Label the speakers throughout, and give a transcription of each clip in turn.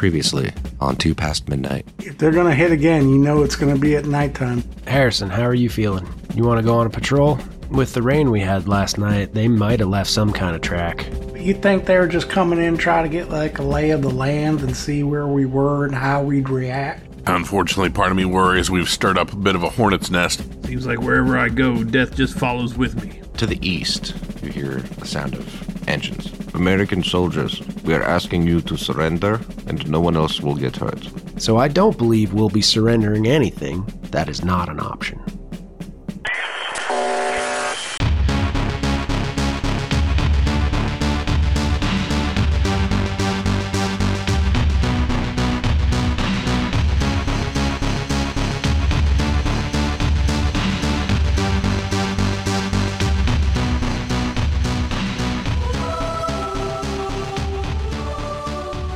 Speaker 1: Previously on Two Past Midnight.
Speaker 2: If they're gonna hit again, you know it's gonna be at nighttime.
Speaker 3: Harrison, how are you feeling? You want to go on a patrol? With the rain we had last night, they might have left some kind of track.
Speaker 2: You think they were just coming in trying to get like a lay of the land and see where we were and how we'd react?
Speaker 4: Unfortunately, part of me worries we've stirred up a bit of a hornet's nest.
Speaker 5: Seems like wherever I go, death just follows with me.
Speaker 1: To the east, you hear the sound of engines. American soldiers, we are asking you to surrender, and no one else will get hurt.
Speaker 3: So I don't believe we'll be surrendering anything. That is not an option.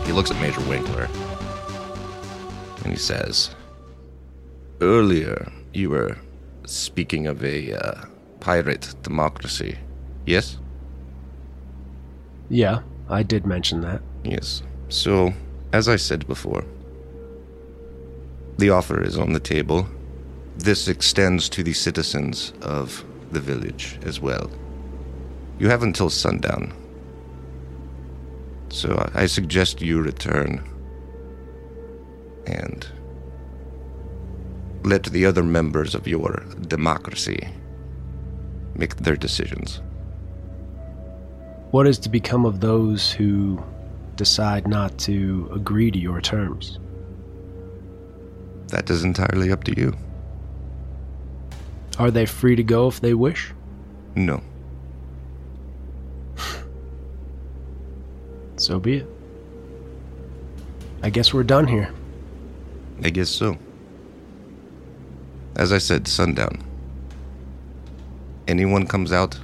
Speaker 1: He looks at Major Winkler and he says, Earlier you were speaking of a uh, pirate democracy. Yes?
Speaker 3: Yeah, I did mention that.
Speaker 1: Yes. So, as I said before, the offer is on the table. This extends to the citizens of the village as well. You have until sundown. So I- I suggest you return and let the other members of your democracy make their decisions.
Speaker 3: What is to become of those who decide not to agree to your terms?
Speaker 1: That is entirely up to you.
Speaker 3: Are they free to go if they wish?
Speaker 1: No.
Speaker 3: So be it. I guess we're done here.
Speaker 1: I guess so. As I said, sundown. Anyone comes out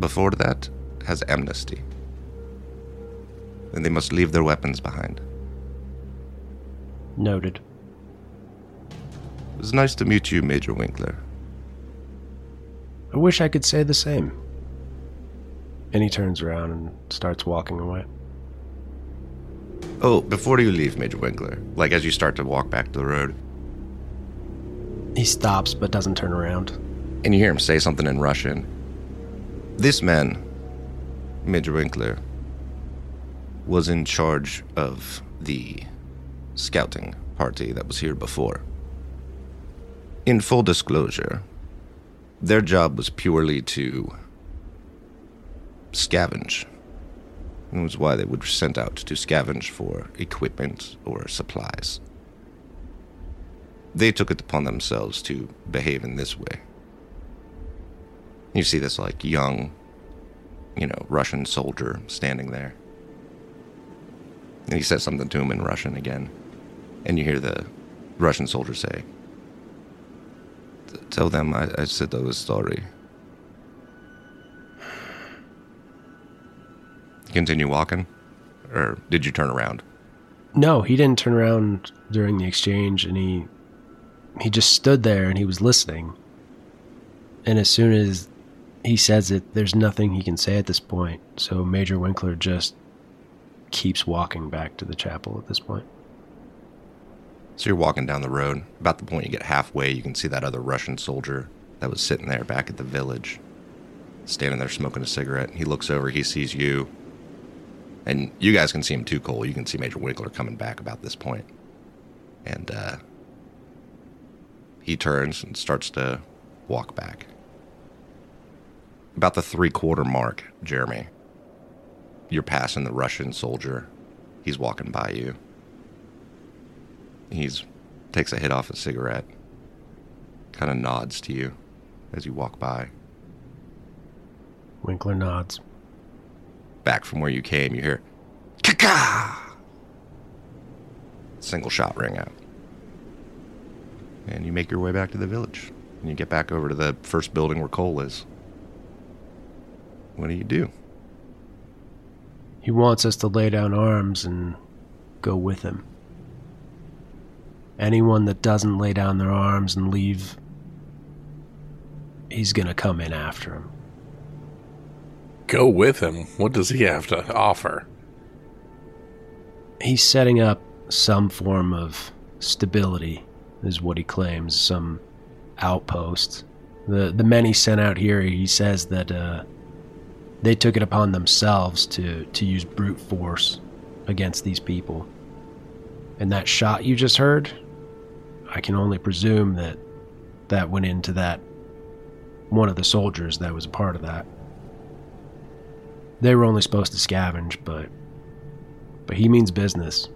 Speaker 1: before that has amnesty. And they must leave their weapons behind.
Speaker 3: Noted.
Speaker 1: It was nice to meet you, Major Winkler.
Speaker 3: I wish I could say the same. And he turns around and starts walking away.
Speaker 1: Oh, before you leave, Major Winkler, like as you start to walk back to the road,
Speaker 3: He stops but doesn't turn around.
Speaker 1: and you hear him say something in Russian. This man, Major Winkler, was in charge of the scouting party that was here before. In full disclosure, their job was purely to scavenge. It was why they were sent out to scavenge for equipment or supplies. They took it upon themselves to behave in this way. You see this like young, you know, Russian soldier standing there. And he says something to him in Russian again. And you hear the Russian soldier say, "T- Tell them I, I said I was sorry. Continue walking? Or did you turn around?
Speaker 3: No, he didn't turn around during the exchange and he he just stood there and he was listening. And as soon as he says it, there's nothing he can say at this point. So Major Winkler just keeps walking back to the chapel at this point.
Speaker 1: So you're walking down the road. About the point you get halfway, you can see that other Russian soldier that was sitting there back at the village, standing there smoking a cigarette. He looks over, he sees you. And you guys can see him too, Cole. You can see Major Winkler coming back about this point. And uh, he turns and starts to walk back. About the three quarter mark, Jeremy, you're passing the Russian soldier. He's walking by you. He's takes a hit off a cigarette. Kind of nods to you as you walk by.
Speaker 3: Winkler nods.
Speaker 1: Back from where you came, you hear Kaka! Single shot ring out. And you make your way back to the village. And you get back over to the first building where Cole is. What do you do?
Speaker 3: He wants us to lay down arms and go with him. Anyone that doesn't lay down their arms and leave, he's gonna come in after him.
Speaker 4: Go with him. What does he have to offer?
Speaker 3: he's setting up some form of stability, is what he claims. Some outpost. The the men he sent out here, he says that uh, they took it upon themselves to to use brute force against these people. And that shot you just heard, I can only presume that that went into that one of the soldiers that was a part of that. They were only supposed to scavenge, but but he means business.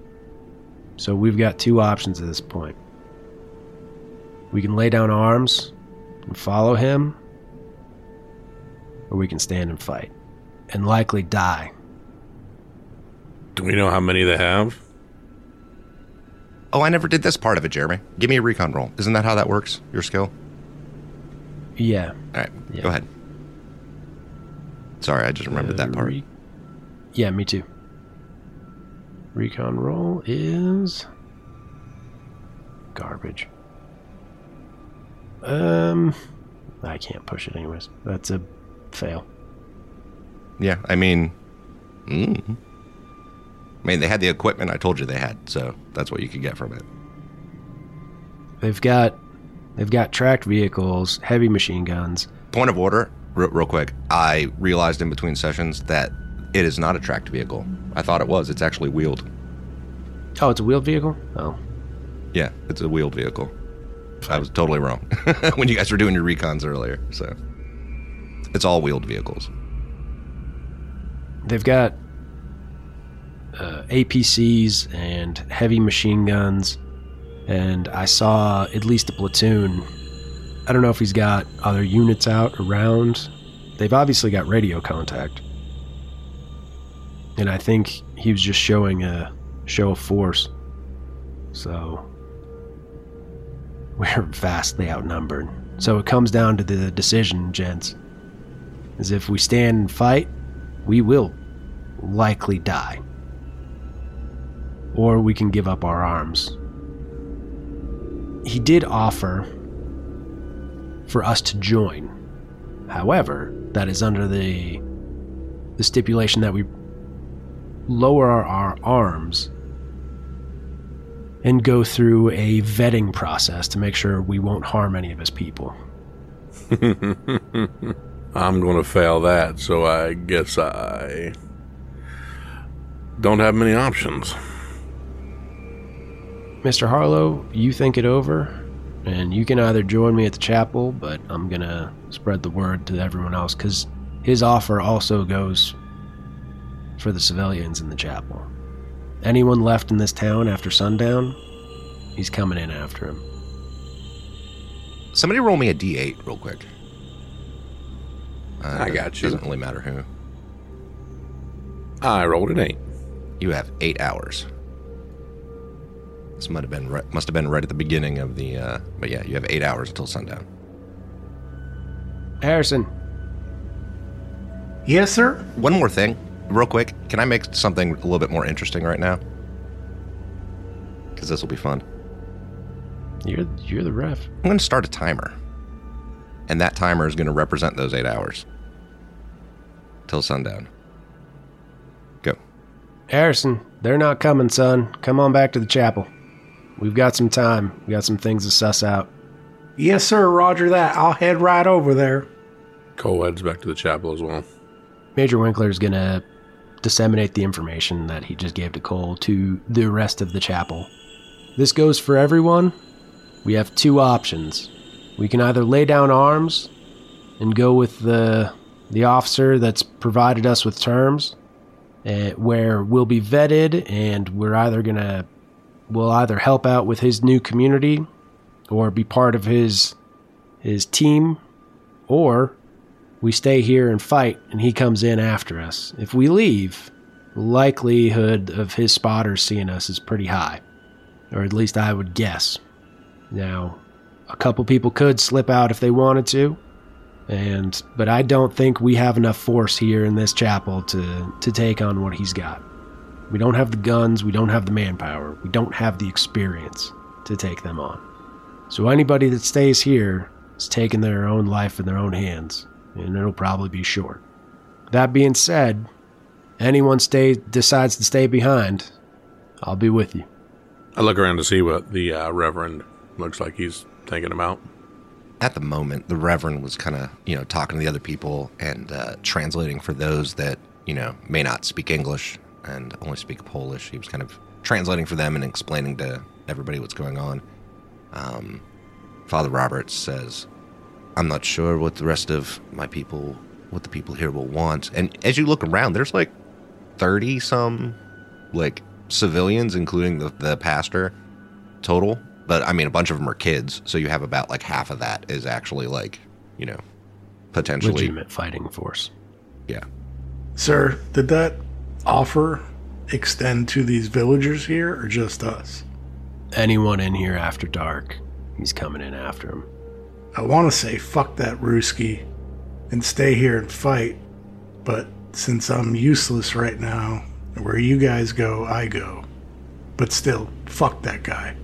Speaker 3: So we've got two options at this point. We can lay down arms and follow him, or we can stand and fight and likely die.
Speaker 6: Do we know how many they have?
Speaker 1: Oh, I never did this part of it, Jeremy. Give me a recon roll. Isn't that how that works? Your skill?
Speaker 3: Yeah.
Speaker 1: All right,
Speaker 3: Yeah.
Speaker 1: go ahead. Sorry, I just remembered that part.
Speaker 3: Re- yeah, me too. Recon roll is garbage. Um, I can't push it anyways. That's a fail.
Speaker 1: Yeah, I mean, mm. I mean, they had the equipment I told you they had, so that's what you could get from it.
Speaker 3: They've got they've got tracked vehicles, heavy machine guns.
Speaker 1: Point of order, re- real quick. I realized in between sessions that it is not a tracked vehicle. I thought it was. It's actually wheeled.
Speaker 3: Oh, it's a wheeled vehicle. Oh,
Speaker 1: Yeah, it's a wheeled vehicle. I was totally wrong when you guys were doing your recons earlier. So it's all wheeled vehicles.
Speaker 3: they've got uh, APCs and heavy machine guns, and I saw at least a platoon. I don't know if he's got other units out around. They've obviously got radio contact, and I think he was just showing a show of force. So we're vastly outnumbered. So it comes down to the decision, gents. Is if we stand and fight, we will likely die. Or we can give up our arms. He did offer for us to join. However, that is under the the stipulation that we lower our, our arms and go through a vetting process to make sure we won't harm any of his people.
Speaker 6: I'm going to fail that, so I guess I don't have many options.
Speaker 3: Mr. Harlow, you think it over, and you can either join me at the chapel, but I'm gonna spread the word to everyone else because his offer also goes for the civilians in the chapel. Anyone left in this town after sundown, he's coming in after him.
Speaker 1: Somebody roll me a D8 real quick. Uh,
Speaker 6: I got you.
Speaker 1: Doesn't really matter who.
Speaker 6: I rolled an eight.
Speaker 1: You have eight hours. This might have been right, must have been right at the beginning of the. Uh, but yeah, you have eight hours until sundown.
Speaker 3: Harrison,
Speaker 2: Yes, sir.
Speaker 1: One more thing, real quick. Can I make something a little bit more interesting right now? Because this will be fun.
Speaker 3: you're you're the ref.
Speaker 1: I'm going to start a timer, and that timer is going to represent those eight hours till sundown. Go.
Speaker 3: Harrison, they're not coming, son. Come on back to the chapel. We've got some time. We got some things to suss out.
Speaker 2: Yes, sir. Roger that. I'll head right over there.
Speaker 6: Cole heads back to the chapel as well.
Speaker 3: Major Winkler is going to disseminate the information that he just gave to Cole to the rest of the chapel. This goes for everyone. We have two options. We can either lay down arms and go with the the officer that's provided us with terms, eh, where we'll be vetted and we're either going to we'll either help out with his new community or be part of his his team or we stay here and fight, and he comes in after us. If we leave, likelihood of his spotters seeing us is pretty high, or at least I would guess. Now, a couple people could slip out if they wanted to, and but I don't think we have enough force here in this chapel to to take on what he's got. We don't have the guns, we don't have the manpower, we don't have the experience to take them on. So anybody that stays here is taking their own life in their own hands, and it'll probably be short. That being said, anyone stay decides to stay behind, I'll be with you.
Speaker 6: I look around to see what the uh, Reverend looks like he's thinking about.
Speaker 1: At the moment, the Reverend was kind of, you know, talking to the other people and uh, translating for those that, you know, may not speak English and only speak Polish. He was kind of translating for them and explaining to everybody what's going on. Um, Father Roberts says, I'm not sure what the rest of my people, what the people here will want. And as you look around, there's like 30 some, like, civilians, including the, the pastor total. But I mean, a bunch of them are kids. So you have about like half of that is actually like, you know, potentially.
Speaker 3: Legitimate fighting force.
Speaker 1: Yeah.
Speaker 2: Sir, did that offer extend to these villagers here or just us?
Speaker 3: Anyone in here after dark, he's coming in after him.
Speaker 2: I want to say fuck that Ruski and stay here and fight, but since I'm useless right now, where you guys go, I go. But still, fuck that guy.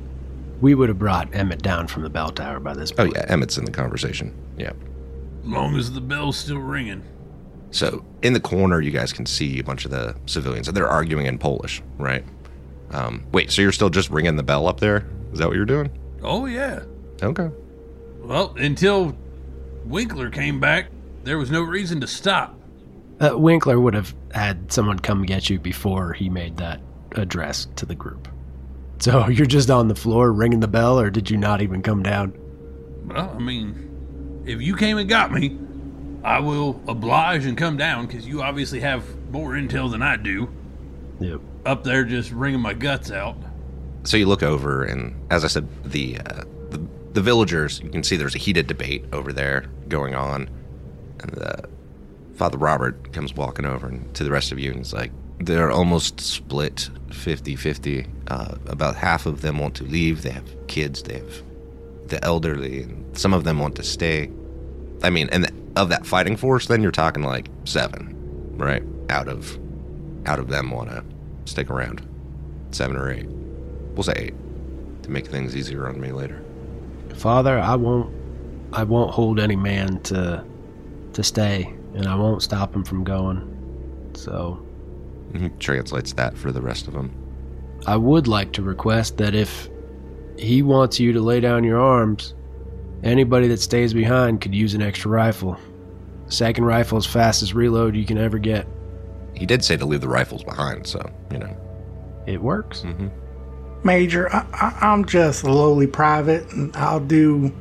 Speaker 3: We would have brought Emmett down from the bell tower by this
Speaker 1: Oh,
Speaker 3: point.
Speaker 1: yeah. Emmett's in the conversation. Yeah.
Speaker 5: As long as the bell's still ringing.
Speaker 1: So in the corner, you guys can see a bunch of the civilians, and they're arguing in Polish, right? Um, wait, so you're still just ringing the bell up there? Is that what you're doing?
Speaker 5: Oh, yeah.
Speaker 1: Okay.
Speaker 5: Well, until Winkler came back, there was no reason to stop.
Speaker 3: Uh, Winkler would have had someone come get you before he made that address to the group. So you're just on the floor ringing the bell, or did you not even come down?
Speaker 5: Well, I mean, if you came and got me, I will oblige and come down because you obviously have more intel than I do.
Speaker 3: Yep.
Speaker 5: Up there just wringing my guts out.
Speaker 1: So you look over, and as I said, the, uh, the the villagers, you can see there's a heated debate over there going on, and the Father Robert comes walking over and to the rest of you, and he's like, they're almost split 50-50. Uh, about half of them want to leave. They have kids. They have the elderly, and some of them want to stay. I mean, and of that fighting force, then you're talking like seven, right? Out of out of them want to stick around, seven or eight. We'll say eight to make things easier on me later.
Speaker 3: Father, I won't, I won't hold any man to, to stay, and I won't stop him from going. So
Speaker 1: And He translates that for the rest of them.
Speaker 3: I would like to request that if he wants you to lay down your arms, anybody that stays behind could use an extra rifle. Second rifle is fastest reload you can ever get.
Speaker 1: He did say to leave the rifles behind, so you know.
Speaker 3: It works.
Speaker 2: Major, I, I, I'm just a lowly private and I'll do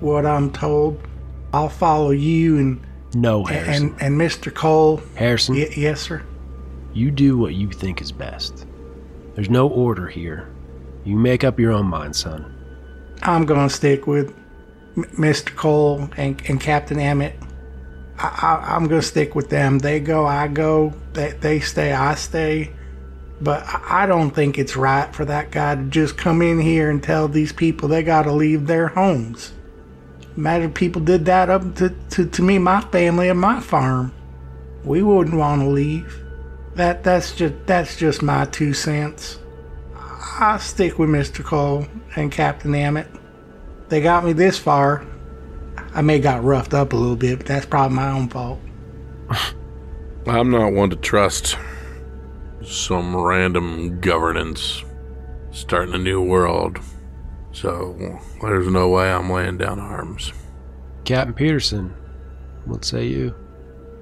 Speaker 2: what I'm told. I'll follow you and,
Speaker 3: No, Harrison.
Speaker 2: and, and Mr. Cole.
Speaker 3: Harrison,
Speaker 2: Y- yes, sir.
Speaker 3: you do what you think is best. There's no order here. You make up your own mind, son.
Speaker 2: I'm going to stick with M- Mr. Cole and, and Captain Emmett. I, I, I'm going to stick with them. They go, I go. They, they stay, I stay. But I I don't think it's right for that guy to just come in here and tell these people they got to leave their homes. Imagine people did that up to, to, to me, my family, and my farm. We wouldn't want to leave. That that's just that's just my two cents. I stick with Mr. Cole and Captain Emmett. They got me this far. I may got roughed up a little bit, but that's probably my own fault.
Speaker 6: I'm not one to trust some random governance starting a new world. So there's no way I'm laying down arms.
Speaker 3: Captain Peterson, what say you?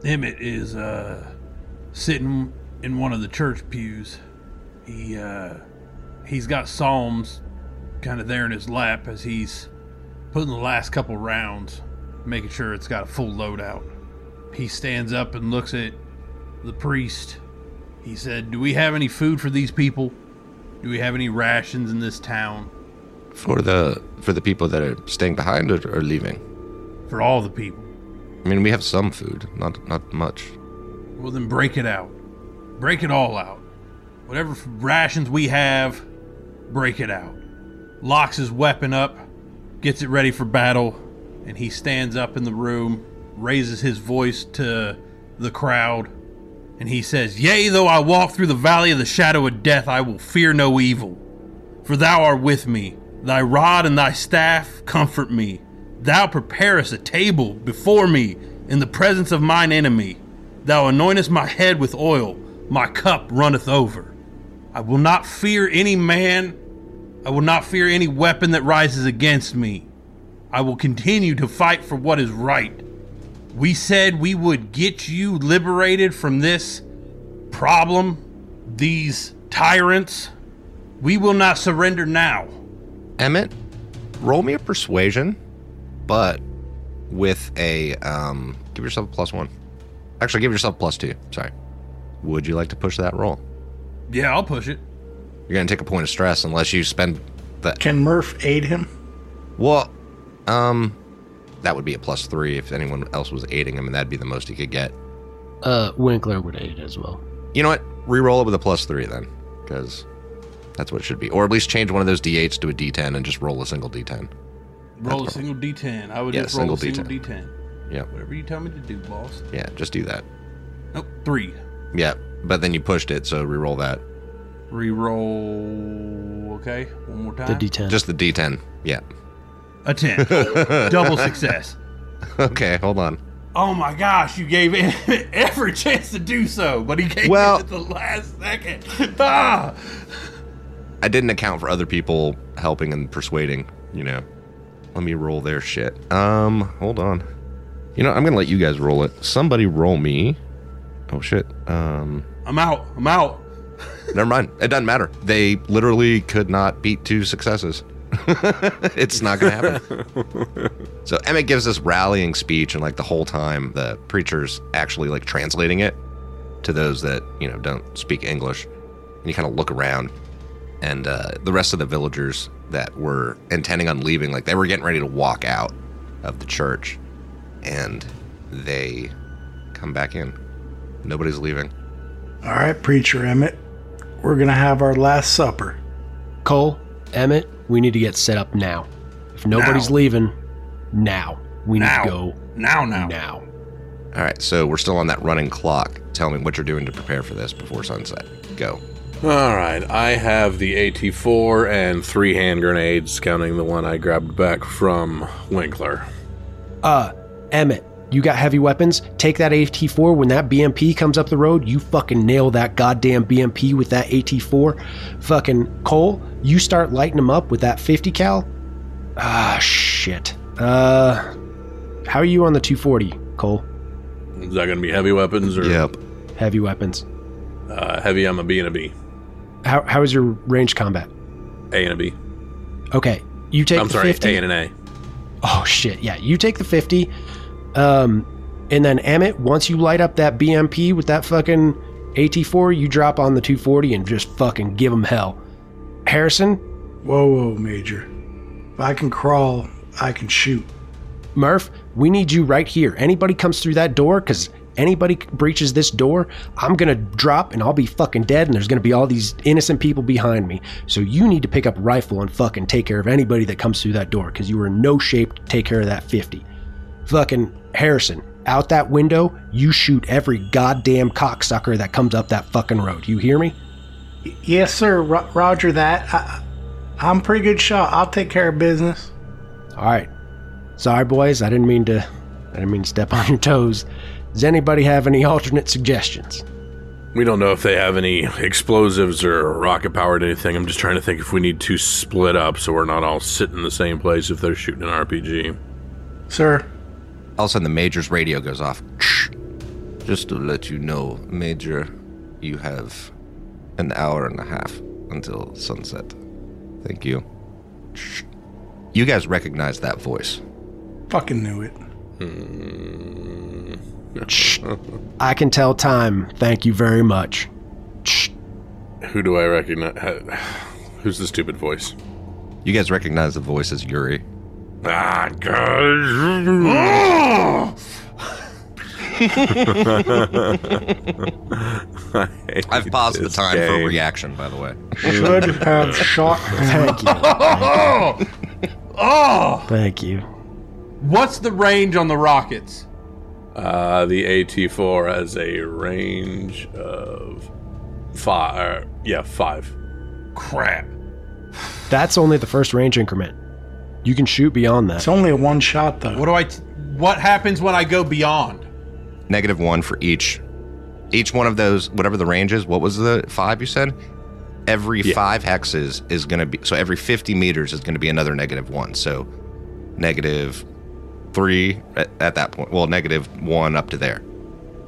Speaker 5: Emmett is uh, sitting in one of the church pews. He uh, he's got psalms kind of there in his lap as he's putting the last couple rounds, making sure it's got a full load out. He stands up and looks at the priest. He said, "Do we have any food for these people? Do we have any rations in this town
Speaker 1: For the for the people that are staying behind or, or leaving.
Speaker 5: for all the people?
Speaker 1: I mean, we have some food, not not much.
Speaker 5: Well, then break it out. Break it all out. Whatever f- rations we have, break it out. Locks his weapon up, gets it ready for battle, and he stands up in the room, raises his voice to the crowd, and he says, Yea, though I walk through the valley of the shadow of death, I will fear no evil. For thou art with me, thy rod and thy staff comfort me. Thou preparest a table before me in the presence of mine enemy. Thou anointest my head with oil, my cup runneth over. I will not fear any man. I will not fear any weapon that rises against me. I will continue to fight for what is right. We said we would get you liberated from this problem, these tyrants. We will not surrender now.
Speaker 7: Emmett, roll me a persuasion, but with a um, give yourself a plus one. Actually, give yourself a plus two. Sorry. Would you like to push that roll?
Speaker 5: Yeah, I'll push it.
Speaker 7: You're gonna take a point of stress unless you spend the
Speaker 2: Can Murph aid him?
Speaker 7: well. Um, that would be a plus three if anyone else was aiding him, and that'd be the most he could get.
Speaker 3: Uh, Winkler would aid as well.
Speaker 7: You know what? Reroll it with a plus three then, because that's what it should be. Or at least change one of those d8s to a d10 and just roll a single d10.
Speaker 5: Roll a single d10. I would
Speaker 7: Yeah,
Speaker 5: just roll a
Speaker 7: single
Speaker 5: single d10.
Speaker 7: Yeah,
Speaker 5: Whatever you tell me to do, boss.
Speaker 7: yeah, just do that.
Speaker 5: Nope, three.
Speaker 7: Yeah, but then you pushed it, so reroll that.
Speaker 5: Reroll. Okay, one more
Speaker 3: The
Speaker 5: time.
Speaker 3: D10.
Speaker 7: Just the d10. Yeah.
Speaker 5: a ten. Double success.
Speaker 7: Okay, hold on.
Speaker 5: Oh my gosh, you gave him every chance to do so, but he gave
Speaker 7: Well-
Speaker 5: it at the last second. ah!
Speaker 7: I didn't account for other people helping and persuading, you know. Let me roll their shit. Um, hold on. You know, I'm gonna let you guys roll it. Somebody roll me. Oh shit. Um
Speaker 5: I'm out. I'm out.
Speaker 7: never mind. It doesn't matter. They literally could not beat two successes. it's not gonna happen. so Emmett gives this rallying speech and like the whole time the preacher's actually like translating it to those that, you know, don't speak English. And you kind of look around and uh, the rest of the villagers that were intending on leaving, like they were getting ready to walk out of the church, and they come back in. Nobody's leaving.
Speaker 2: All right, Preacher Emmett. We're going to have our last supper.
Speaker 3: Cole, Emmett, we need to get set up now. If nobody's
Speaker 5: Now.
Speaker 3: leaving, now. We need
Speaker 5: Now.
Speaker 3: to go
Speaker 5: Now, now.
Speaker 3: now.
Speaker 7: All right, so we're still on that running clock. Tell me what you're doing to prepare for this before sunset. Go.
Speaker 6: All right, I have the AT4 and three hand grenades, counting the one I grabbed back from Winkler.
Speaker 3: Uh, Emmett, you got heavy weapons? Take that AT4. When that BMP comes up the road, you fucking nail that goddamn BMP with that AT4. Fucking Cole, you start lighting them up with that 50 cal. Ah, shit. Uh, how are you on the 240, Cole?
Speaker 6: Is that going to be heavy weapons or
Speaker 3: Heavy weapons.
Speaker 6: uh, heavy? I'm a B and a B,
Speaker 3: How, how is your range combat?
Speaker 6: A and a B.
Speaker 3: Okay, you take
Speaker 6: I'm
Speaker 3: the
Speaker 6: sorry,
Speaker 3: 50.
Speaker 6: A and an A.
Speaker 3: Oh shit! Yeah, you take the fifty, um, and then Emmett. Once you light up that BMP with that fucking AT4, you drop on the 240 and just fucking give them hell. Harrison,
Speaker 2: Whoa, whoa, Major. If I can crawl, I can shoot.
Speaker 3: Murph, we need you right here. Anybody comes through that door, because anybody breaches this door, I'm gonna drop and I'll be fucking dead, and there's gonna be all these innocent people behind me. So you need to pick up a rifle and fucking take care of anybody that comes through that door, because you were in no shape to take care of that 50. fucking Harrison out that window, you shoot every goddamn cocksucker that comes up that fucking road. You hear me?
Speaker 2: Y- yes, sir. Ro- roger that. I- I- I'm pretty good shot. I'll take care of business.
Speaker 3: All right. Sorry, boys. I didn't mean to. I didn't mean to step on your toes. Does anybody have any alternate suggestions?
Speaker 6: We don't know if they have any explosives or rocket powered anything. I'm just trying to think if we need to split up so we're not all sitting in the same place if they're shooting an RPG.
Speaker 2: Sir,
Speaker 7: All of a sudden, the major's radio goes off. Just to let you know, Major, you have an hour and a half until sunset. Thank you. You guys recognize that voice.
Speaker 2: fucking knew it.
Speaker 3: I can tell time. Thank you very much.
Speaker 6: Who do I recognize? Who's the stupid voice?
Speaker 7: You guys recognize the voice as Yuri.
Speaker 6: Ah, God.
Speaker 7: I've paused the
Speaker 6: this
Speaker 7: time for a
Speaker 6: game.
Speaker 7: reaction, by the way.
Speaker 2: Should have shot him.
Speaker 3: Thank you.
Speaker 5: Oh! Oh!
Speaker 3: Thank you.
Speaker 5: What's the range on the rockets?
Speaker 6: Uh, the AT4 has a range of five. yeah, five.
Speaker 5: Crap.
Speaker 3: That's only the first range increment. You can shoot beyond that.
Speaker 2: It's only a one shot, though.
Speaker 5: What do I? T- what happens when I go beyond?
Speaker 7: Negative one for each. Each one of those, whatever the range is, what was the five you said?
Speaker 1: every
Speaker 6: Yeah.
Speaker 1: five hexes is going to be so every 50 meters is going to be another negative one. So negative three at, at that point. Well, negative one up to there.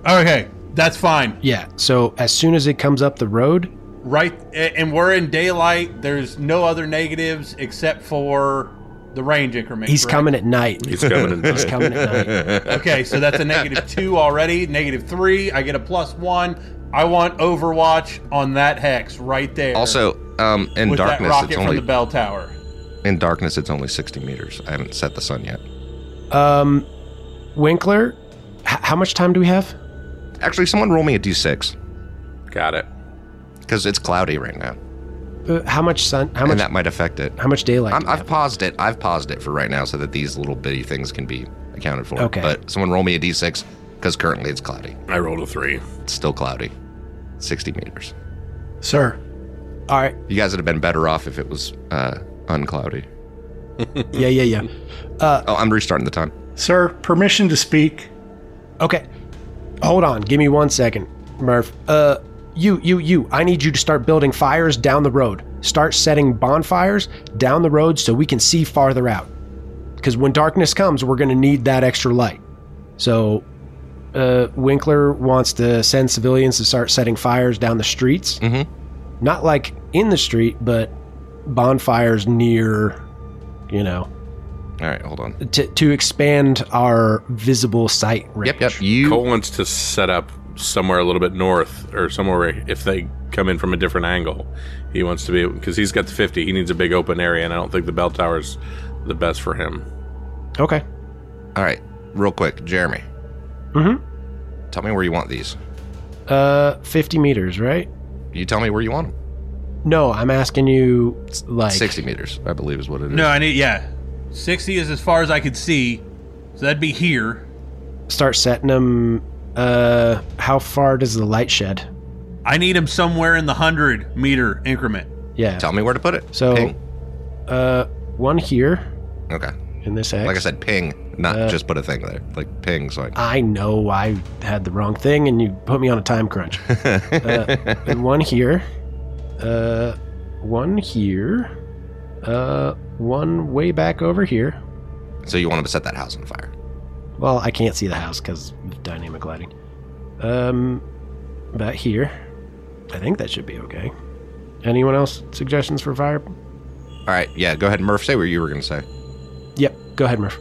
Speaker 5: Okay, that's fine.
Speaker 3: Yeah. So as soon as it comes up the road,
Speaker 5: Right, a- and we're in daylight. There's no other negatives except for the range increment.
Speaker 3: he's
Speaker 5: correct?
Speaker 3: coming at night.
Speaker 6: He's coming in.
Speaker 3: He's coming at night.
Speaker 5: Okay, so that's a negative two already. Negative three. I get a plus one. I want Overwatch on that hex right there.
Speaker 1: Also, um, in
Speaker 5: with that
Speaker 1: darkness,
Speaker 5: rocket
Speaker 1: it's
Speaker 5: from the
Speaker 1: only
Speaker 5: bell tower.
Speaker 1: in darkness it's only 60 meters. I haven't set the sun yet.
Speaker 3: Um, Winkler, h- how much time do we have?
Speaker 1: Actually, someone roll me a d6
Speaker 6: Got it.
Speaker 1: because it's cloudy right now,
Speaker 3: Uh, how much sun? How
Speaker 1: and
Speaker 3: much?
Speaker 1: that might affect it.
Speaker 3: how much daylight?
Speaker 1: I'm,
Speaker 3: do we
Speaker 1: I've
Speaker 3: have?
Speaker 1: paused it. I've paused it for right now so that these little bitty things can be accounted for.
Speaker 3: Okay.
Speaker 1: But someone roll me a d6 because currently it's cloudy.
Speaker 6: I rolled a three.
Speaker 1: It's still cloudy. 60 meters.
Speaker 2: Sir,
Speaker 3: All right.
Speaker 1: You guys would have been better off if it was uh, uncloudy.
Speaker 3: Yeah, yeah, yeah.
Speaker 1: Oh, I'm restarting the time.
Speaker 2: sir, permission to speak.
Speaker 3: Okay. Hold on. Give me one second, Murph. Uh, you, you, you. I need you to start building fires down the road. Start setting bonfires down the road so we can see farther out. Because when darkness comes, we're going to need that extra light. So, uh, Winkler wants to send civilians to start setting fires down the streets.
Speaker 1: Mhm.
Speaker 3: Not like in the street, but bonfires near, you know,
Speaker 1: All right, hold on.
Speaker 3: to, to expand our visible sight range.
Speaker 1: Yep, yep. You
Speaker 6: Cole wants to set up somewhere a little bit north or somewhere if they come in from a different angle. He wants to be because he's got the 50. He needs a big open area, and I don't think the bell tower's the best for him.
Speaker 3: Okay.
Speaker 1: All right, real quick, Jeremy.
Speaker 3: Mhm.
Speaker 1: Tell me where you want these.
Speaker 3: Uh, 50 meters, right?
Speaker 1: You tell me where you want them.
Speaker 3: No, I'm asking you, like,
Speaker 1: 60 meters, I believe, is what it is.
Speaker 5: No, I need yeah. Sixty is as far as I could see, so that'd be here.
Speaker 3: start setting them. Uh, how far does the light shed?
Speaker 5: I need him somewhere in the hundred meter increment.
Speaker 3: Yeah.
Speaker 1: Tell me where to put it.
Speaker 3: So-
Speaker 1: ping.
Speaker 3: Uh, one here
Speaker 1: Okay.
Speaker 3: in this X.
Speaker 1: Like I said, ping, not
Speaker 3: Uh,
Speaker 1: just put a thing there. Like ping, so I.
Speaker 3: I know I had the wrong thing and you put me on a time crunch. uh, and one here. Uh, one here. Uh, one way back over here.
Speaker 1: So you want them to set that house on fire.
Speaker 3: Well, I can't see the house because dynamic lighting. Um, about here. I think that should be okay. Anyone else suggestions for fire?
Speaker 1: All right, yeah, go ahead, Murph. Say what you were going to say.
Speaker 3: Yep. Go ahead, Murph.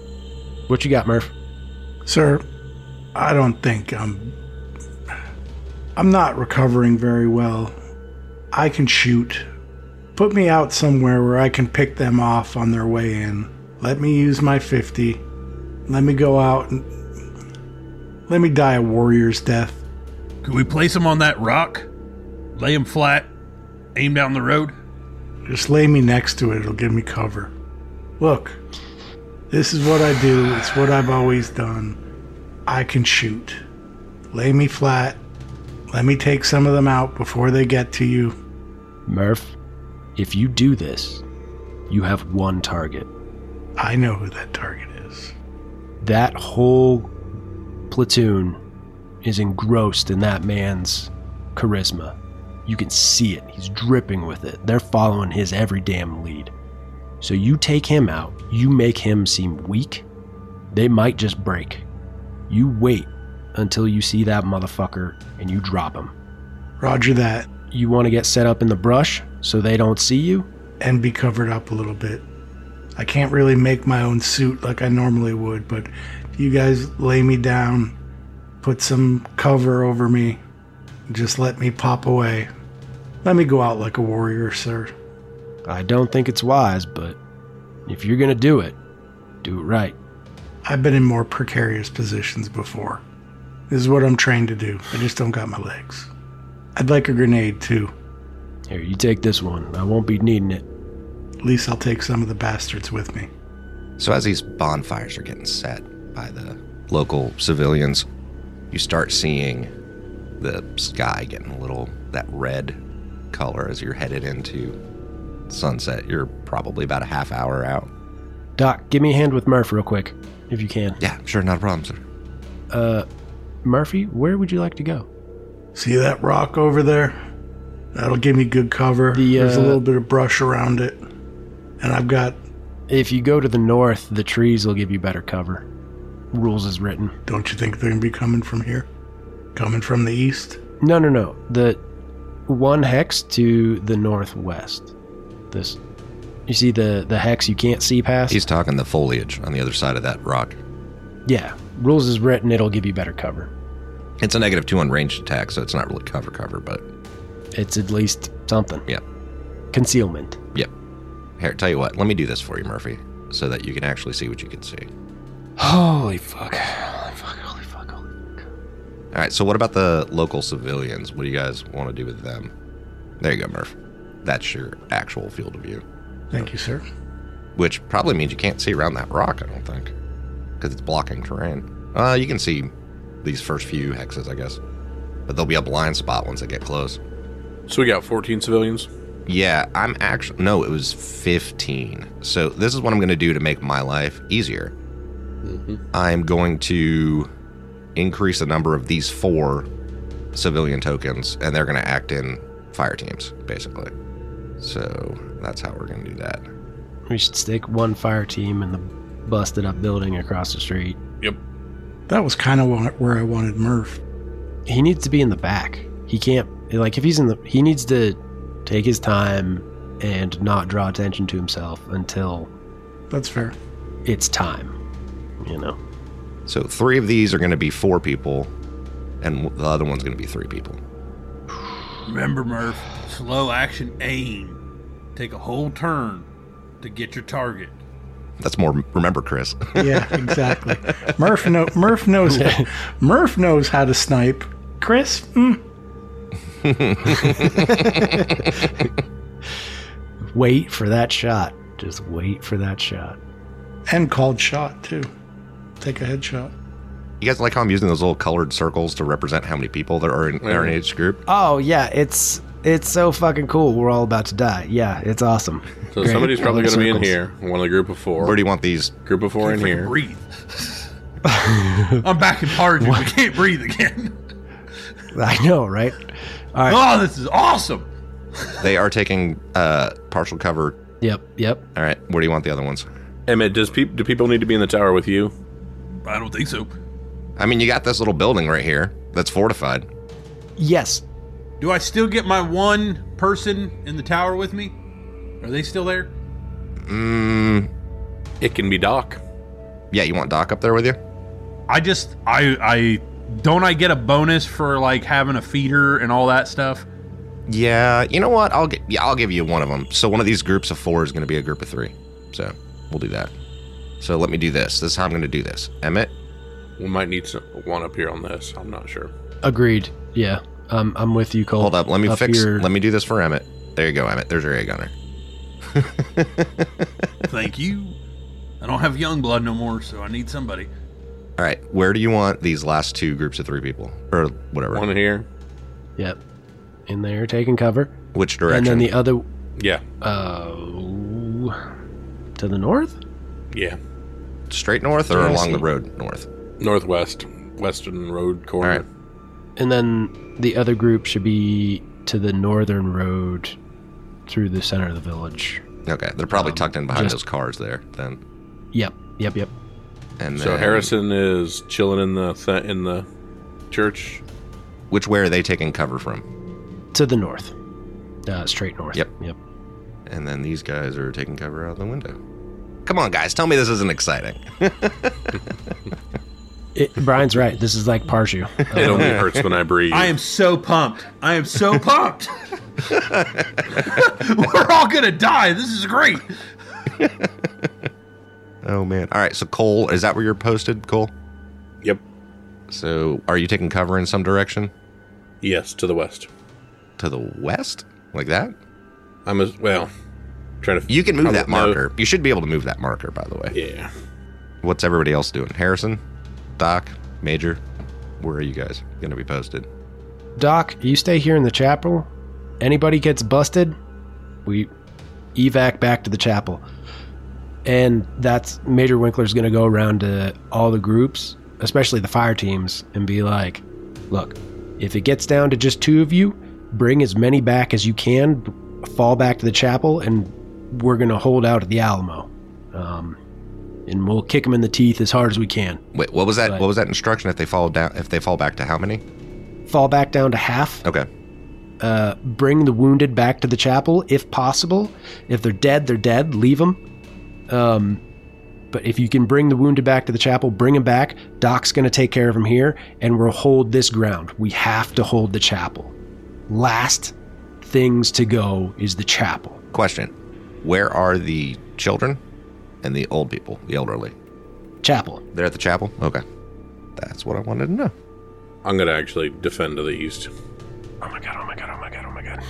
Speaker 3: What you got, Murph?
Speaker 2: Sir, I don't think I'm. I'm not recovering very well. I can shoot. Put me out somewhere where I can pick them off on their way in. Let me use my 50. Let me go out and. Let me die a warrior's death.
Speaker 5: Could we place him on that rock? Lay him flat. Aim down the road.
Speaker 2: Just lay me next to it, it'll give me cover. Look, this is what I do, it's what I've always done. I can shoot. Lay me flat. Let me take some of them out before they get to you.
Speaker 3: Murph, if you do this, you have one target.
Speaker 2: I know who that target is.
Speaker 3: That whole platoon is engrossed in that man's charisma. You can see it. He's dripping with it. They're following his every damn lead. So you take him out, you make him seem weak, they might just break. You wait until you see that motherfucker and you drop him.
Speaker 2: Roger that,
Speaker 3: You want to get set up in the brush so they don't see you?
Speaker 2: and be covered up a little bit. I can't really make my own suit like I normally would, but you guys lay me down, put some cover over me, and just let me pop away. Let me go out like a warrior, sir.
Speaker 3: I don't think it's wise, but if you're going to do it, do it right.
Speaker 2: I've been in more precarious positions before. This is what I'm trained to do. I just don't got my legs. I'd like a grenade too.
Speaker 3: Here, you take this one. I won't be needing it.
Speaker 2: At least I'll take some of the bastards with me.
Speaker 1: So as these bonfires are getting set by the local civilians, you start seeing the sky getting a little that red color as you're headed into sunset. You're probably about a half hour out.
Speaker 3: Doc, give me a hand with Murph real quick, if you can.
Speaker 1: Yeah, sure, not a problem, sir.
Speaker 3: Uh, Murphy, where would you like to go?
Speaker 2: See that rock over there? That'll give me good cover.
Speaker 3: The,
Speaker 2: There's a
Speaker 3: uh,
Speaker 2: little bit of brush around it, and I've got
Speaker 3: If you go to the north, the trees will give you better cover. Rules is written.
Speaker 2: Don't you think they're gonna be coming from here? Coming from the east?
Speaker 3: No, no, no. The one hex to the northwest. This, you see the the hex you can't see past.
Speaker 1: He's talking the foliage on the other side of that rock.
Speaker 3: yeah, rules is written. It'll give you better cover.
Speaker 1: It's a negative two on ranged attack, so it's not really cover cover, but
Speaker 3: It's at least something.
Speaker 1: Yeah.
Speaker 3: Concealment.
Speaker 1: yep. Here, tell you what, let me do this for you, Murphy, so that you can actually see what you can see.
Speaker 3: Holy fuck! Holy fuck! Holy fuck! Holy fuck!
Speaker 1: All right, so what about the local civilians? What do you guys want to do with them? There you go, Murph. That's your actual field of view,
Speaker 2: Thank you, sir.
Speaker 1: which probably means you can't see around that rock, I don't think, because it's blocking terrain. Uh, you can see these first few hexes, I guess, but there'll be a blind spot once they get close.
Speaker 6: So we got 14 civilians.
Speaker 1: Yeah, I'm actually no, it was 15. So this is what I'm going to do to make my life easier. I'm going to increase the number of these four civilian tokens, and they're going to act in fire teams, basically. So that's how we're going to do that.
Speaker 3: We should stick one fire team in the busted up building across the street.
Speaker 6: Yep.
Speaker 2: That was kind of where I wanted Murph.
Speaker 3: He needs to be in the back. He can't like if he's in the he needs to take his time and not draw attention to himself until
Speaker 2: That's fair.
Speaker 3: it's time. You know.
Speaker 1: So three of these are going to be four people, and the other one's going to be three people.
Speaker 5: Remember, Murph, slow action aim. Take a whole turn to get your target.
Speaker 1: That's more. Remember, Chris.
Speaker 2: Yeah, exactly. Murph, know, Murph knows. Murph knows how to snipe. Chris, mm,
Speaker 3: Wait for that shot. Just wait for that shot.
Speaker 2: and called shot too. Take a headshot.
Speaker 1: you guys like how I'm using those little colored circles to represent how many people there are in, are in each group?
Speaker 3: Oh yeah, it's it's so fucking cool. We're all about to die. Yeah, it's awesome.
Speaker 6: So
Speaker 3: Great.
Speaker 6: somebody's probably
Speaker 3: I like
Speaker 6: going to be in
Speaker 3: circles.
Speaker 6: here. One of the group of four.
Speaker 1: Where do you want these
Speaker 6: group of four in
Speaker 5: Freaking
Speaker 6: here.
Speaker 5: Breathe. I'm back in Pardew. We can't breathe again.
Speaker 3: I know, right?
Speaker 5: Oh, this is awesome.
Speaker 1: They are taking uh, partial cover.
Speaker 3: Yep, yep.
Speaker 1: All right, where do you want the other ones?
Speaker 6: Emmett, does peop do people need to be in the tower with you?
Speaker 5: I don't think so.
Speaker 1: I mean, you got this little building right here that's fortified.
Speaker 3: Yes.
Speaker 5: Do I still get my one person in the tower with me? Are they still there?
Speaker 1: Mm,
Speaker 6: It can be Doc.
Speaker 1: yeah, you want Doc up there with you?
Speaker 5: I just I I don't I get a bonus for like having a feeder and all that stuff.
Speaker 1: Yeah, you know what? I'll gi- yeah, I'll give you one of them. So one of these groups of four is going to be a group of three. So we'll do that. So let me do this. This is how I'm going to do this. Emmett,
Speaker 6: We might need some, one up here on this. I'm not sure.
Speaker 3: Agreed. Yeah. Um, I'm with you, Cole.
Speaker 1: hold up. Let me fix.
Speaker 3: your-
Speaker 1: Let me do this for Emmett. There you go, Emmett. There's your A gunner.
Speaker 5: Thank you. I don't have young blood no more, so I need somebody.
Speaker 1: All right, where do you want these last two groups of three people or whatever?
Speaker 6: One here.
Speaker 3: Yep. In there, taking cover,
Speaker 1: Which direction?
Speaker 3: and then the other.
Speaker 6: Yeah.
Speaker 3: Uh, to the north.
Speaker 6: Yeah.
Speaker 1: straight north or
Speaker 3: Yeah, I
Speaker 1: along
Speaker 3: see.
Speaker 1: the road north.
Speaker 6: Northwest, Western Road corner.
Speaker 1: All right.
Speaker 3: And then the other group should be to the northern road through the center of the village.
Speaker 1: Okay, they're probably
Speaker 3: Um,
Speaker 1: tucked in behind
Speaker 3: just-
Speaker 1: those cars there then.
Speaker 3: Yep, yep, yep.
Speaker 1: And
Speaker 6: So
Speaker 1: then-
Speaker 6: Harrison is chilling in the th- in the church.
Speaker 1: which way are they taking cover from?
Speaker 3: To the north. Uh, straight north.
Speaker 1: Yep.
Speaker 3: Yep.
Speaker 1: And then these guys are taking cover out the window. Come on, guys, tell me this isn't exciting.
Speaker 3: It, Brian's right. This is like Parshu.
Speaker 6: It only hurts when I breathe.
Speaker 5: I am so pumped. I am so pumped. We're all gonna die. This is great.
Speaker 1: oh man! All right, so Cole, is that where you're posted, Cole?
Speaker 6: Yep.
Speaker 1: So are you taking cover in some direction
Speaker 6: Yes, to the west.
Speaker 1: to the west, like that?
Speaker 6: I'm as well. Trying to.
Speaker 1: You can move
Speaker 6: Probably-
Speaker 1: that marker. You should be able to move that marker, by the way.
Speaker 6: Yeah.
Speaker 1: What's everybody else doing? Harrison, Doc, Major, where are you guys going to be posted?
Speaker 3: Doc, you stay here in the chapel. Anybody gets busted, we evac back to the chapel. And that's Major Winkler's going to go around to all the groups, especially the fire teams, and be like, look, if it gets down to just two of you, bring as many back as you can, fall back to the chapel, and we're going to hold out at the Alamo. Um, and we'll kick them in the teeth as hard as we can.
Speaker 1: Wait, what was that?
Speaker 3: Right.
Speaker 1: What was that instruction? If they fall down, if they fall back to how many?
Speaker 3: Fall back down to half,
Speaker 1: Okay,
Speaker 3: uh, bring the wounded back to the chapel if possible. If they're dead, they're dead. Leave them. Um, but if you can bring the wounded back to the chapel, bring them back. Doc's going to take care of them here, and we'll hold this ground. We have to hold the chapel. Last things to go is the chapel.
Speaker 1: question: Where are the children and the old people, the elderly?
Speaker 3: Chapel.
Speaker 1: They're at the chapel. Okay, that's what I wanted to know.
Speaker 6: I'm gonna actually defend to the east.
Speaker 3: Oh my god! Oh my god! Oh my god! Oh my god!